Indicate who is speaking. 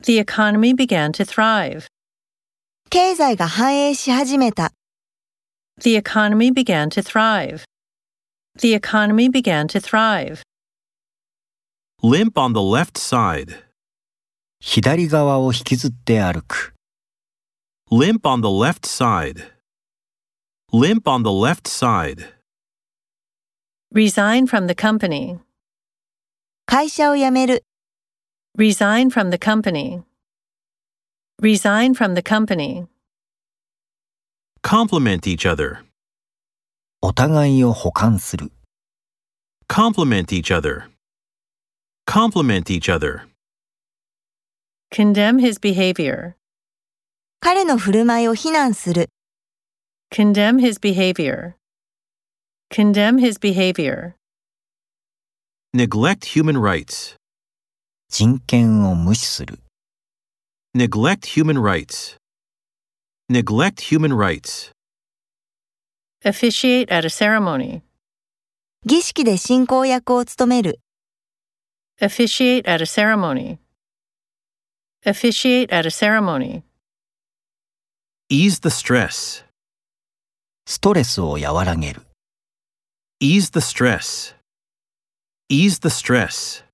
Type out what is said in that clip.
Speaker 1: The economy began to thrive.
Speaker 2: 経済が繁栄し始めた。
Speaker 1: The economy began to thrive. The economy began to thrive.
Speaker 3: Limp on the left side.
Speaker 4: 左側を引きずって歩く。
Speaker 3: Limp on the left side. Limp on the left side.
Speaker 1: Resign from the company.
Speaker 2: 会社を辞める。
Speaker 1: Resign from the company. Resign from the company.
Speaker 3: Complement each other.
Speaker 4: お互いを補完する。
Speaker 3: Complement each other. Complement each other.
Speaker 1: Condemn his behavior.
Speaker 2: 彼の振る舞いを非難する。
Speaker 1: Condemn his behavior. Condemn his behavior.
Speaker 3: Neglect human rights.
Speaker 4: 人権を無視する。
Speaker 3: Neglect human rights. Neglect human rights.
Speaker 1: Officiate at a ceremony.
Speaker 2: 儀式で進行役を務める。
Speaker 1: Officiate at a ceremony. Officiate at a ceremony.
Speaker 3: Ease the stress.
Speaker 4: ストレスを和らげる。
Speaker 3: Ease the stress. Ease the stress.